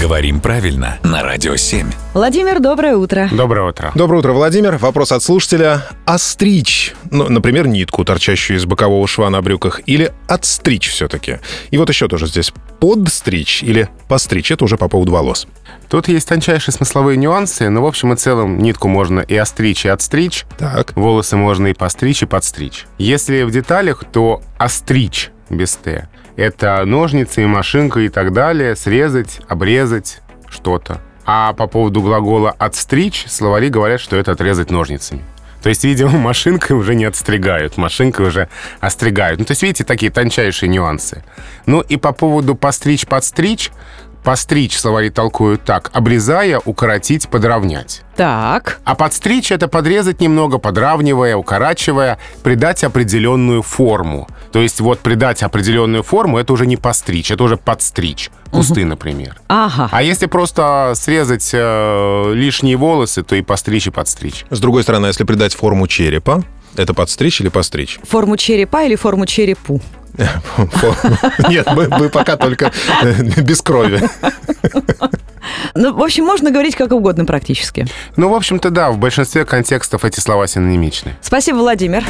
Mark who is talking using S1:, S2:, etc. S1: Говорим правильно на Радио 7.
S2: Владимир, доброе утро.
S3: Доброе утро.
S4: Доброе утро, Владимир. Вопрос от слушателя. Остричь, ну, например, нитку, торчащую из бокового шва на брюках, или отстричь все-таки. И вот еще тоже здесь подстричь или постричь. Это уже по поводу волос.
S3: Тут есть тончайшие смысловые нюансы, но в общем и целом нитку можно и остричь, и отстричь.
S4: Так.
S3: Волосы можно и постричь, и подстричь. Если в деталях, то остричь без «т». Это ножницы и машинка и так далее, срезать, обрезать что-то. А по поводу глагола «отстричь» словари говорят, что это отрезать ножницами. То есть, видимо, машинкой уже не отстригают, машинкой уже остригают. Ну, то есть, видите, такие тончайшие нюансы. Ну и по поводу «постричь-подстричь», «постричь» словари толкуют так, обрезая, укоротить, подровнять.
S2: Так,
S3: А подстричь — это подрезать немного, подравнивая, укорачивая, придать определенную форму. То есть вот придать определенную форму — это уже не постричь, это уже подстричь. Кусты, например.
S2: ага.
S3: А если просто срезать э, лишние волосы, то и постричь, и подстричь.
S4: С другой стороны, а если придать форму черепа, это подстричь или постричь?
S2: Форму черепа или форму черепу?
S4: Форму. Нет, мы, мы пока только э, без крови.
S2: Ну, в общем, можно говорить как угодно практически.
S3: Ну, в общем-то, да, в большинстве контекстов эти слова синонимичны.
S2: Спасибо, Владимир.